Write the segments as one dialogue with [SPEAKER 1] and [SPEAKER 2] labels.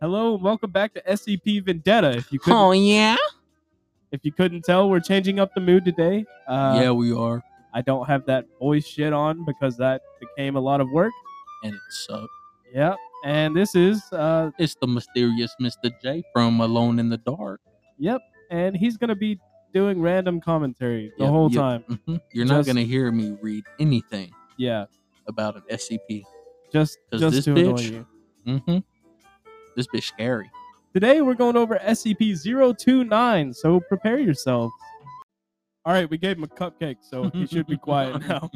[SPEAKER 1] Hello, and welcome back to SCP Vendetta. If you couldn't,
[SPEAKER 2] Oh yeah.
[SPEAKER 1] if you couldn't tell, we're changing up the mood today. Uh,
[SPEAKER 2] yeah, we are,
[SPEAKER 1] I don't have that voice shit on because that became a lot of work.
[SPEAKER 2] and it sucks.
[SPEAKER 1] Yep. And this is, uh,
[SPEAKER 2] It's the mysterious Mr. J from Alone in the Dark.
[SPEAKER 1] yep. And he's gonna be doing random commentary the
[SPEAKER 2] Yep,
[SPEAKER 1] whole
[SPEAKER 2] yep,
[SPEAKER 1] time.
[SPEAKER 2] mhm. You're not
[SPEAKER 1] Just-
[SPEAKER 2] gonna hear me read anything
[SPEAKER 1] Yeah.
[SPEAKER 2] about an SCP.
[SPEAKER 1] Just,
[SPEAKER 2] 'Cause
[SPEAKER 1] just
[SPEAKER 2] this
[SPEAKER 1] to annoy
[SPEAKER 2] bitch-
[SPEAKER 1] you.
[SPEAKER 2] Mm-hmm. This bitch scary.
[SPEAKER 1] Today we're going over E SCP 029, so prepare yourselves. All right, we gave him a cupcake, so Oh, he should be quiet now.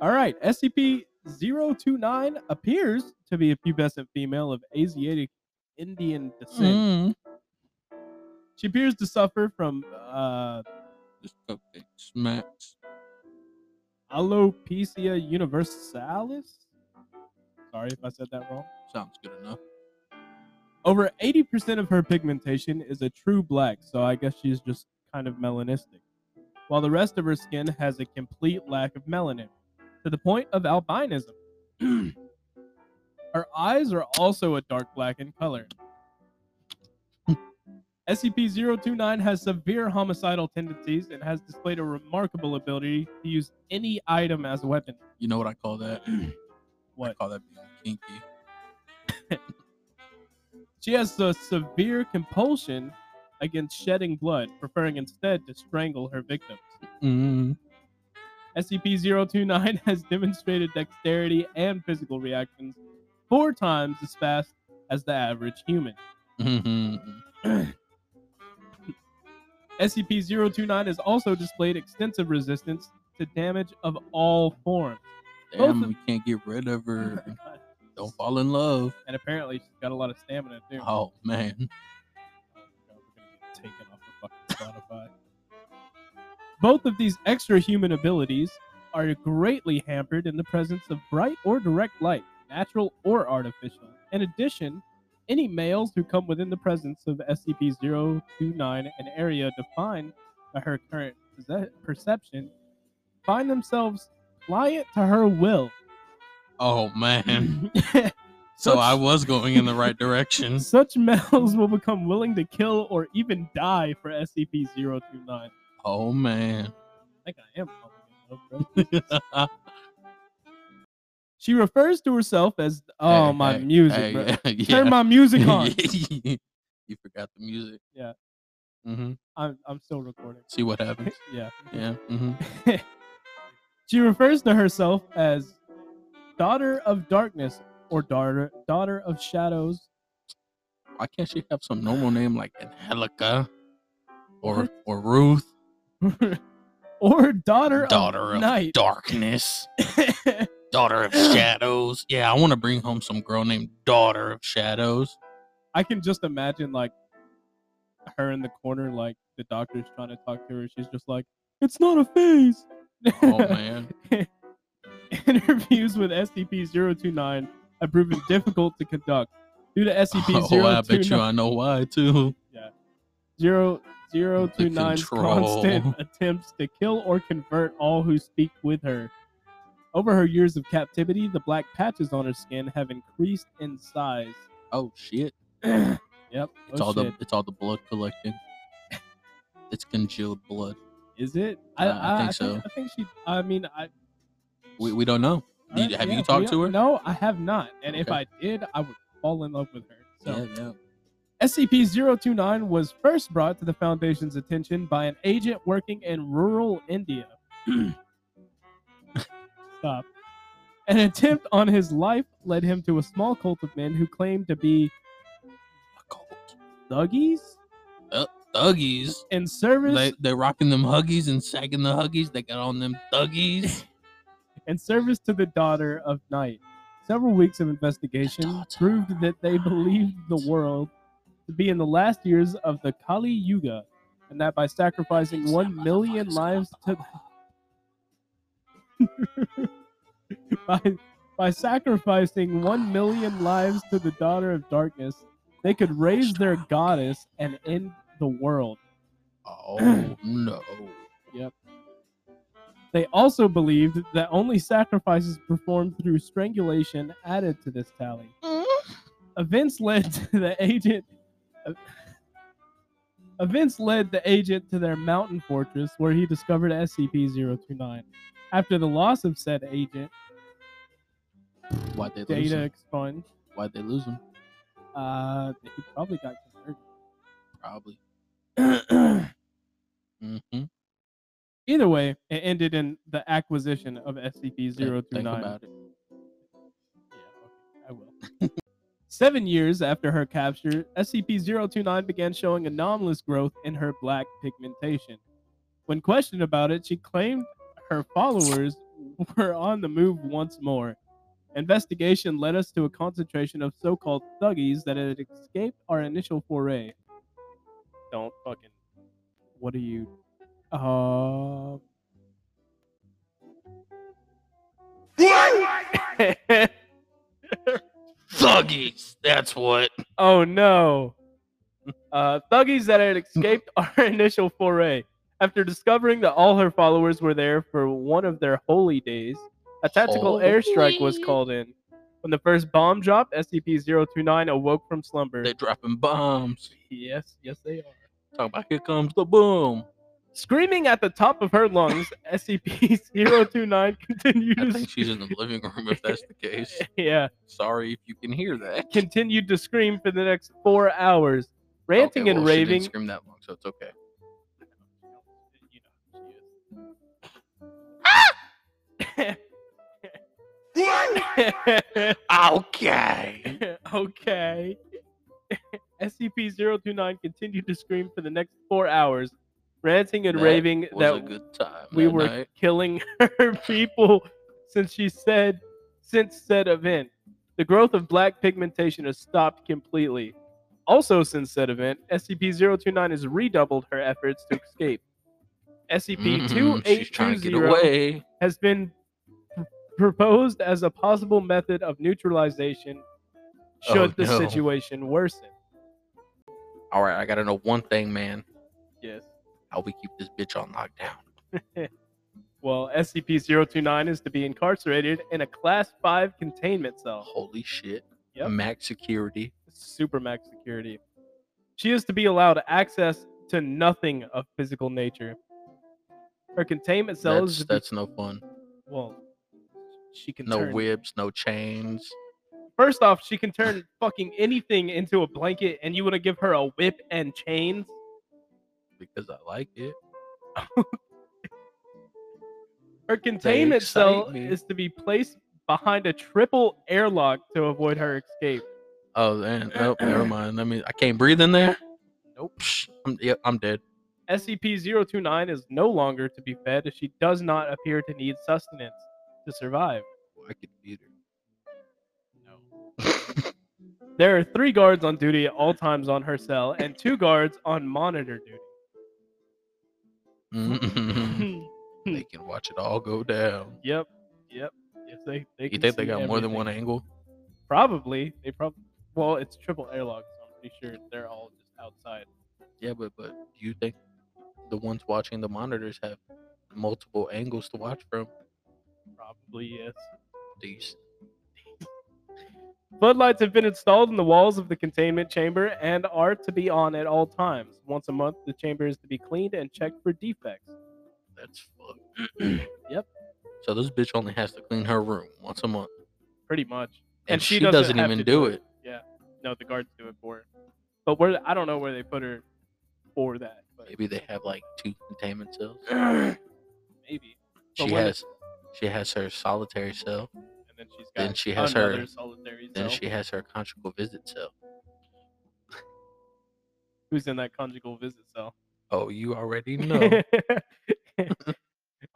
[SPEAKER 1] All right, SCP 029 appears to be a pubescent female of Asiatic Indian descent.
[SPEAKER 2] Mm.
[SPEAKER 1] She appears to suffer from uh,
[SPEAKER 2] This cupcake smacks.
[SPEAKER 1] alopecia universalis. Sorry if I said that wrong.
[SPEAKER 2] Sounds good enough.
[SPEAKER 1] Over 80% of her pigmentation is a true black, so I guess she's just kind of melanistic. While the rest of her skin has a complete lack of melanin, to the point of albinism. her eyes are also a dark black in color. E SCP 029 has severe homicidal tendencies and has displayed a remarkable ability to use any item as a weapon.
[SPEAKER 2] You know what I call that? I
[SPEAKER 1] What?
[SPEAKER 2] call that being kinky.
[SPEAKER 1] She has a severe compulsion against shedding blood, preferring instead to strangle her victims.
[SPEAKER 2] Mm.
[SPEAKER 1] SCP 029 has demonstrated dexterity and physical reactions four times as fast as the average human.
[SPEAKER 2] Mhm.
[SPEAKER 1] SCP 029 has also displayed extensive resistance to damage of all forms.
[SPEAKER 2] Damn,
[SPEAKER 1] Both of-
[SPEAKER 2] we can't get rid of her.
[SPEAKER 1] and
[SPEAKER 2] Don't fall in love.
[SPEAKER 1] apparently, she's got a lot of stamina, too.
[SPEAKER 2] Oh man.
[SPEAKER 1] Oh, God, we're gonna get taken off of fucking Spotify. Both of these extra human abilities are greatly hampered in the presence of bright or direct light, natural or artificial. In addition, any males who come within the presence of SCP 029, an area defined by her current perce- perception, find themselves pliant to her will.
[SPEAKER 2] Oh man. So
[SPEAKER 1] Such-
[SPEAKER 2] I was going in the right direction.
[SPEAKER 1] Such males will become willing to kill or even die for SCP 029.
[SPEAKER 2] Oh man.
[SPEAKER 1] I think I am. falling in love, bro. She refers to herself as oh
[SPEAKER 2] Hey,
[SPEAKER 1] my
[SPEAKER 2] hey,
[SPEAKER 1] music.
[SPEAKER 2] hey,
[SPEAKER 1] bro.
[SPEAKER 2] yeah, yeah.
[SPEAKER 1] Turn my music on.
[SPEAKER 2] you forgot the music.
[SPEAKER 1] Yeah.
[SPEAKER 2] hmm
[SPEAKER 1] I'm I'm still recording.
[SPEAKER 2] See what happens.
[SPEAKER 1] yeah.
[SPEAKER 2] Yeah. hmm
[SPEAKER 1] She refers to herself as daughter of darkness or daughter daughter of shadows.
[SPEAKER 2] Why can't she have some normal name like Angelica or or Ruth?
[SPEAKER 1] or daughter,
[SPEAKER 2] Daughter
[SPEAKER 1] of
[SPEAKER 2] of
[SPEAKER 1] night.
[SPEAKER 2] darkness. Daughter of shadows. Yeah, I want to bring home some girl named Daughter of Shadows.
[SPEAKER 1] I can just imagine like her in the corner, like the doctor's trying to talk to her. She's just like, "It's not a phase."
[SPEAKER 2] Oh man.
[SPEAKER 1] Interviews with SCP-029 have proven difficult to conduct due to
[SPEAKER 2] oh, I bet you
[SPEAKER 1] SCP-029
[SPEAKER 2] I know why too.
[SPEAKER 1] 0029's
[SPEAKER 2] control.
[SPEAKER 1] constant attempts to kill or convert all who speak with her. Over her years of captivity, the black patches on her skin have increased in size.
[SPEAKER 2] Oh shit.
[SPEAKER 1] yep.
[SPEAKER 2] It's
[SPEAKER 1] oh
[SPEAKER 2] all the
[SPEAKER 1] shit.
[SPEAKER 2] it's all the blood collecting. It's congealed blood.
[SPEAKER 1] Is it?
[SPEAKER 2] Uh, I think so.
[SPEAKER 1] I think she. I mean, I.
[SPEAKER 2] We, we don't know. You-
[SPEAKER 1] alright,
[SPEAKER 2] have you
[SPEAKER 1] yeah,
[SPEAKER 2] talked
[SPEAKER 1] we-
[SPEAKER 2] to her?
[SPEAKER 1] No, I have not. And if
[SPEAKER 2] Okay.
[SPEAKER 1] I did, I would fall in love with her. So.
[SPEAKER 2] Yeah, yeah.
[SPEAKER 1] SCP-029 was first brought to the Foundation's attention by an agent working in rural India. Stop. An attempt on his life led him to a small cult of men who claimed to be thuggies
[SPEAKER 2] Thuggies.
[SPEAKER 1] in service
[SPEAKER 2] They they rocking them huggies and sagging the huggies. They got on them thuggies.
[SPEAKER 1] in service to the daughter of night. Several weeks of investigation
[SPEAKER 2] Daughter
[SPEAKER 1] proved
[SPEAKER 2] of
[SPEAKER 1] that they believed the world to be in the last years of the Kali Yuga, and that by sacrificing one million lives to by by sacrificing one million lives to the daughter of darkness, they could raise their goddess and end the world.
[SPEAKER 2] Oh no.
[SPEAKER 1] They also believed that only sacrifices performed through strangulation added to this tally. Events led to the agent. Events led the agent to their mountain fortress where he discovered SCP 029. After the loss of said agent,
[SPEAKER 2] Why'd they lose
[SPEAKER 1] Data
[SPEAKER 2] him?
[SPEAKER 1] expunged.
[SPEAKER 2] Why'd they lose him?
[SPEAKER 1] Uh, he probably got
[SPEAKER 2] Probably.
[SPEAKER 1] converted.
[SPEAKER 2] Mm-hmm.
[SPEAKER 1] Either way, it ended in the acquisition of SCP 029.
[SPEAKER 2] Think about it.
[SPEAKER 1] Yeah, okay, I will. Seven years after her capture, SCP 029 began showing anomalous growth in her black pigmentation. When questioned about it, she claimed her followers were on the move once more. Investigation led us to a concentration of so called thuggies that had escaped our initial foray. Don't fucking. What are you. Uh.
[SPEAKER 2] Thuggies. That's what.
[SPEAKER 1] Oh no. Uh, thuggies that had escaped our initial foray. After discovering that all her followers were there for one of their holy days, a tactical airstrike was
[SPEAKER 2] Holy.
[SPEAKER 1] called in. When the first bomb dropped, SCP 029 awoke from slumber.
[SPEAKER 2] They're dropping bombs.
[SPEAKER 1] Yes, yes, they are.
[SPEAKER 2] Talk about here comes the boom.
[SPEAKER 1] Screaming at the top of her lungs, SCP 029
[SPEAKER 2] I
[SPEAKER 1] continued to
[SPEAKER 2] think she's in the living room if that's the case.
[SPEAKER 1] yeah,
[SPEAKER 2] Sorry if you can hear that.
[SPEAKER 1] continued to scream for the next four hours, ranting
[SPEAKER 2] Okay,
[SPEAKER 1] and
[SPEAKER 2] well, she didn't
[SPEAKER 1] raving.
[SPEAKER 2] Scream that long, so it's okay.
[SPEAKER 1] You know who she is.
[SPEAKER 2] Okay.
[SPEAKER 1] okay. SCP 029 continued to scream for the next four hours, ranting and
[SPEAKER 2] That
[SPEAKER 1] raving
[SPEAKER 2] It was a
[SPEAKER 1] that
[SPEAKER 2] good time.
[SPEAKER 1] we
[SPEAKER 2] that
[SPEAKER 1] were
[SPEAKER 2] night.
[SPEAKER 1] killing her people since she said, since said event. The growth of black pigmentation has stopped completely. Also, since said event, SCP 029 has redoubled her efforts to escape. SCP
[SPEAKER 2] Mhm, She's trying to get
[SPEAKER 1] 2820
[SPEAKER 2] away.
[SPEAKER 1] has been pr- proposed as a possible method of neutralization should
[SPEAKER 2] Oh,
[SPEAKER 1] the
[SPEAKER 2] no.
[SPEAKER 1] situation worsen.
[SPEAKER 2] All right, I gotta know one thing, man.
[SPEAKER 1] Yes.
[SPEAKER 2] How we keep this bitch on lockdown?
[SPEAKER 1] Well, SCP 029 is to be incarcerated in a Class 5 containment cell,
[SPEAKER 2] Holy shit.
[SPEAKER 1] Yep.
[SPEAKER 2] Max security.
[SPEAKER 1] supermax security. She is to be allowed access to nothing of physical nature. Her containment cell
[SPEAKER 2] That's,
[SPEAKER 1] is. to be-
[SPEAKER 2] that's no fun.
[SPEAKER 1] well, she can
[SPEAKER 2] No
[SPEAKER 1] turn.
[SPEAKER 2] whips, no chains.
[SPEAKER 1] First off, she can turn fucking anything into a blanket, and you want to give her a whip and chains?
[SPEAKER 2] Because I like it.
[SPEAKER 1] Her containment cell
[SPEAKER 2] excite me.
[SPEAKER 1] is to be placed behind a triple airlock to avoid her escape.
[SPEAKER 2] Oh, man. Nope, never mind. I mean, I can't breathe in there.
[SPEAKER 1] Nope.
[SPEAKER 2] Psh, I'm, yeah, I'm dead.
[SPEAKER 1] SCP 029 is no longer to be fed as she does not appear to need sustenance to survive.
[SPEAKER 2] I could either.
[SPEAKER 1] There are three guards on duty at all times on her cell and two guards on monitor
[SPEAKER 2] Mm,
[SPEAKER 1] duty.
[SPEAKER 2] they can watch it all go down.
[SPEAKER 1] yep, yep. Yes, they, they
[SPEAKER 2] You
[SPEAKER 1] can
[SPEAKER 2] think they
[SPEAKER 1] see
[SPEAKER 2] got more than one
[SPEAKER 1] everything.
[SPEAKER 2] angle?
[SPEAKER 1] Probably. They probably. Well, it's triple airlock, so I'm pretty sure they're all just outside.
[SPEAKER 2] Yeah, but but do you think the ones watching the monitors have multiple angles to watch from?
[SPEAKER 1] Probably, yes.
[SPEAKER 2] Do you s-
[SPEAKER 1] Floodlights have been installed in the walls of the containment chamber and are to be on at all times. Once a month, the chamber is to be cleaned and checked for defects.
[SPEAKER 2] That's fucked.
[SPEAKER 1] Yep.
[SPEAKER 2] So this bitch only has to clean her room once a month,
[SPEAKER 1] Pretty much.
[SPEAKER 2] and,
[SPEAKER 1] And she
[SPEAKER 2] she,
[SPEAKER 1] doesn't
[SPEAKER 2] doesn't,
[SPEAKER 1] have to
[SPEAKER 2] even
[SPEAKER 1] do
[SPEAKER 2] do
[SPEAKER 1] it.
[SPEAKER 2] it.
[SPEAKER 1] No, the guards do it for her. But where I don't know where they put her for that. But
[SPEAKER 2] Maybe they have like two containment cells.
[SPEAKER 1] maybe. But
[SPEAKER 2] She
[SPEAKER 1] what-
[SPEAKER 2] has, she has her solitary cell.
[SPEAKER 1] And then she's got
[SPEAKER 2] Then she has her-
[SPEAKER 1] another solitary
[SPEAKER 2] Then
[SPEAKER 1] cell.
[SPEAKER 2] she has her conjugal visit cell.
[SPEAKER 1] who's in that conjugal visit cell.
[SPEAKER 2] Oh, you already know.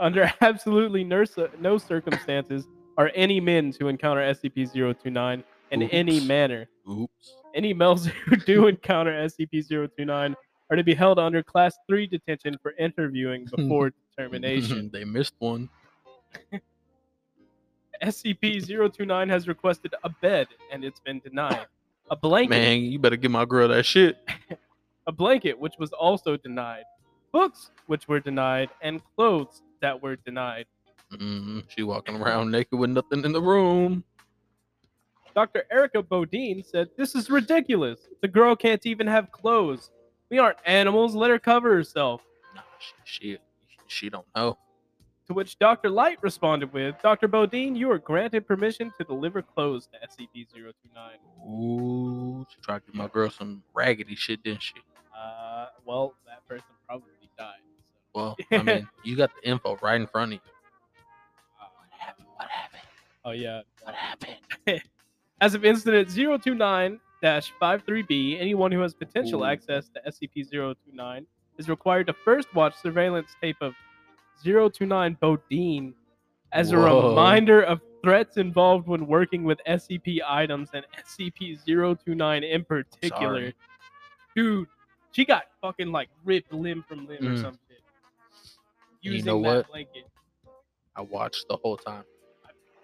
[SPEAKER 1] Under absolutely no, cir- no circumstances are any men to encounter SCP-029 in any
[SPEAKER 2] Oops.
[SPEAKER 1] manner.
[SPEAKER 2] Oops.
[SPEAKER 1] Any males who do encounter SCP-029 are to be held under Class 3 detention for interviewing before determination.
[SPEAKER 2] they missed one.
[SPEAKER 1] SCP-029 has requested a bed and it's been denied. A blanket,
[SPEAKER 2] Man, you better give my girl that shit.
[SPEAKER 1] a blanket which was also denied. Books which were denied and clothes that were denied.
[SPEAKER 2] Mm-hmm. Mm, she walking around naked with nothing in the room.
[SPEAKER 1] Dr. Erica Bodine said, This is ridiculous. The girl can't even have clothes. We aren't animals. Let her cover herself.
[SPEAKER 2] Nah, she, she she don't know.
[SPEAKER 1] To which Dr. Light responded with, Dr. Bodine, you are granted permission to deliver clothes to SCP 029.
[SPEAKER 2] Ooh, she tried to give my girl some raggedy shit, didn't she?
[SPEAKER 1] Uh, well, that person probably died. So.
[SPEAKER 2] Well, I mean, you got the info right in front of you.
[SPEAKER 1] uh,
[SPEAKER 2] What happened? Oh, What happened?
[SPEAKER 1] oh, yeah.
[SPEAKER 2] What happened?
[SPEAKER 1] As of incident 029 53B, anyone who has potential
[SPEAKER 2] Ooh.
[SPEAKER 1] access to SCP 029 is required to first watch surveillance tape of 029 Bodine as a
[SPEAKER 2] Whoa.
[SPEAKER 1] reminder of threats involved when working with SCP items and SCP 029 in particular.
[SPEAKER 2] Sorry.
[SPEAKER 1] Dude, she got fucking like ripped limb from limb or
[SPEAKER 2] Mm.
[SPEAKER 1] something.
[SPEAKER 2] You
[SPEAKER 1] Using
[SPEAKER 2] know
[SPEAKER 1] that
[SPEAKER 2] what?
[SPEAKER 1] blanket.
[SPEAKER 2] I watched the whole time.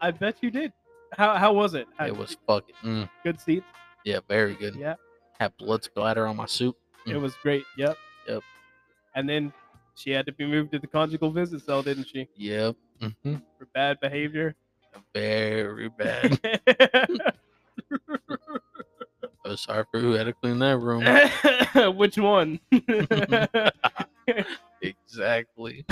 [SPEAKER 1] I bet you did. How, how was it? Had
[SPEAKER 2] It was fucking. Mm,
[SPEAKER 1] good seats.
[SPEAKER 2] yeah, very good.
[SPEAKER 1] Yeah.
[SPEAKER 2] Had blood splatter on my suit.
[SPEAKER 1] It
[SPEAKER 2] Mm.
[SPEAKER 1] was great. Yep.
[SPEAKER 2] Yep.
[SPEAKER 1] And then she had to be moved to the conjugal visit cell, didn't she?
[SPEAKER 2] Yep. hmm
[SPEAKER 1] For bad behavior.
[SPEAKER 2] Very bad. I was sorry for who had to clean that room.
[SPEAKER 1] Which one? that
[SPEAKER 2] exactly.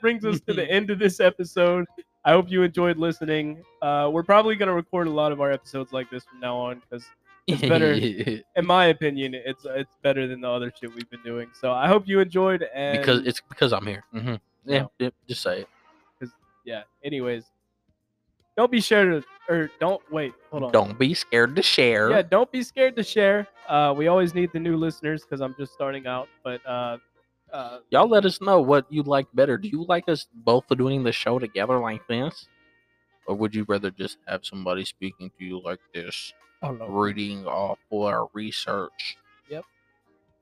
[SPEAKER 1] brings us to the end of this episode. I hope you enjoyed listening. Uh, we're probably going to record a lot of our episodes like this from now on because, It's better. in my opinion, it's it's better than the other shit we've been doing. So I hope you enjoyed. And
[SPEAKER 2] because it's because I'm here. hmm Yeah, yep, just say it.
[SPEAKER 1] yeah. Anyways, don't be sure to or don't wait. Hold on.
[SPEAKER 2] Don't be scared to share.
[SPEAKER 1] Yeah, don't be scared to share. Uh, we always need the new listeners because I'm just starting out. But uh, uh,
[SPEAKER 2] Y'all let us know what you like better. Do you like us both doing the show together like this? Or would you rather just have somebody speaking to you like this,
[SPEAKER 1] I don't know.
[SPEAKER 2] reading off our research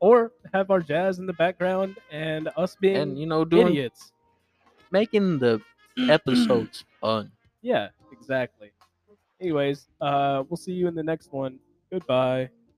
[SPEAKER 1] Or have our jazz in the background and us being
[SPEAKER 2] and, you know, doing
[SPEAKER 1] idiots.
[SPEAKER 2] making the episodes fun?
[SPEAKER 1] Yeah, exactly. Anyways, uh, we'll see you in the next one. Goodbye.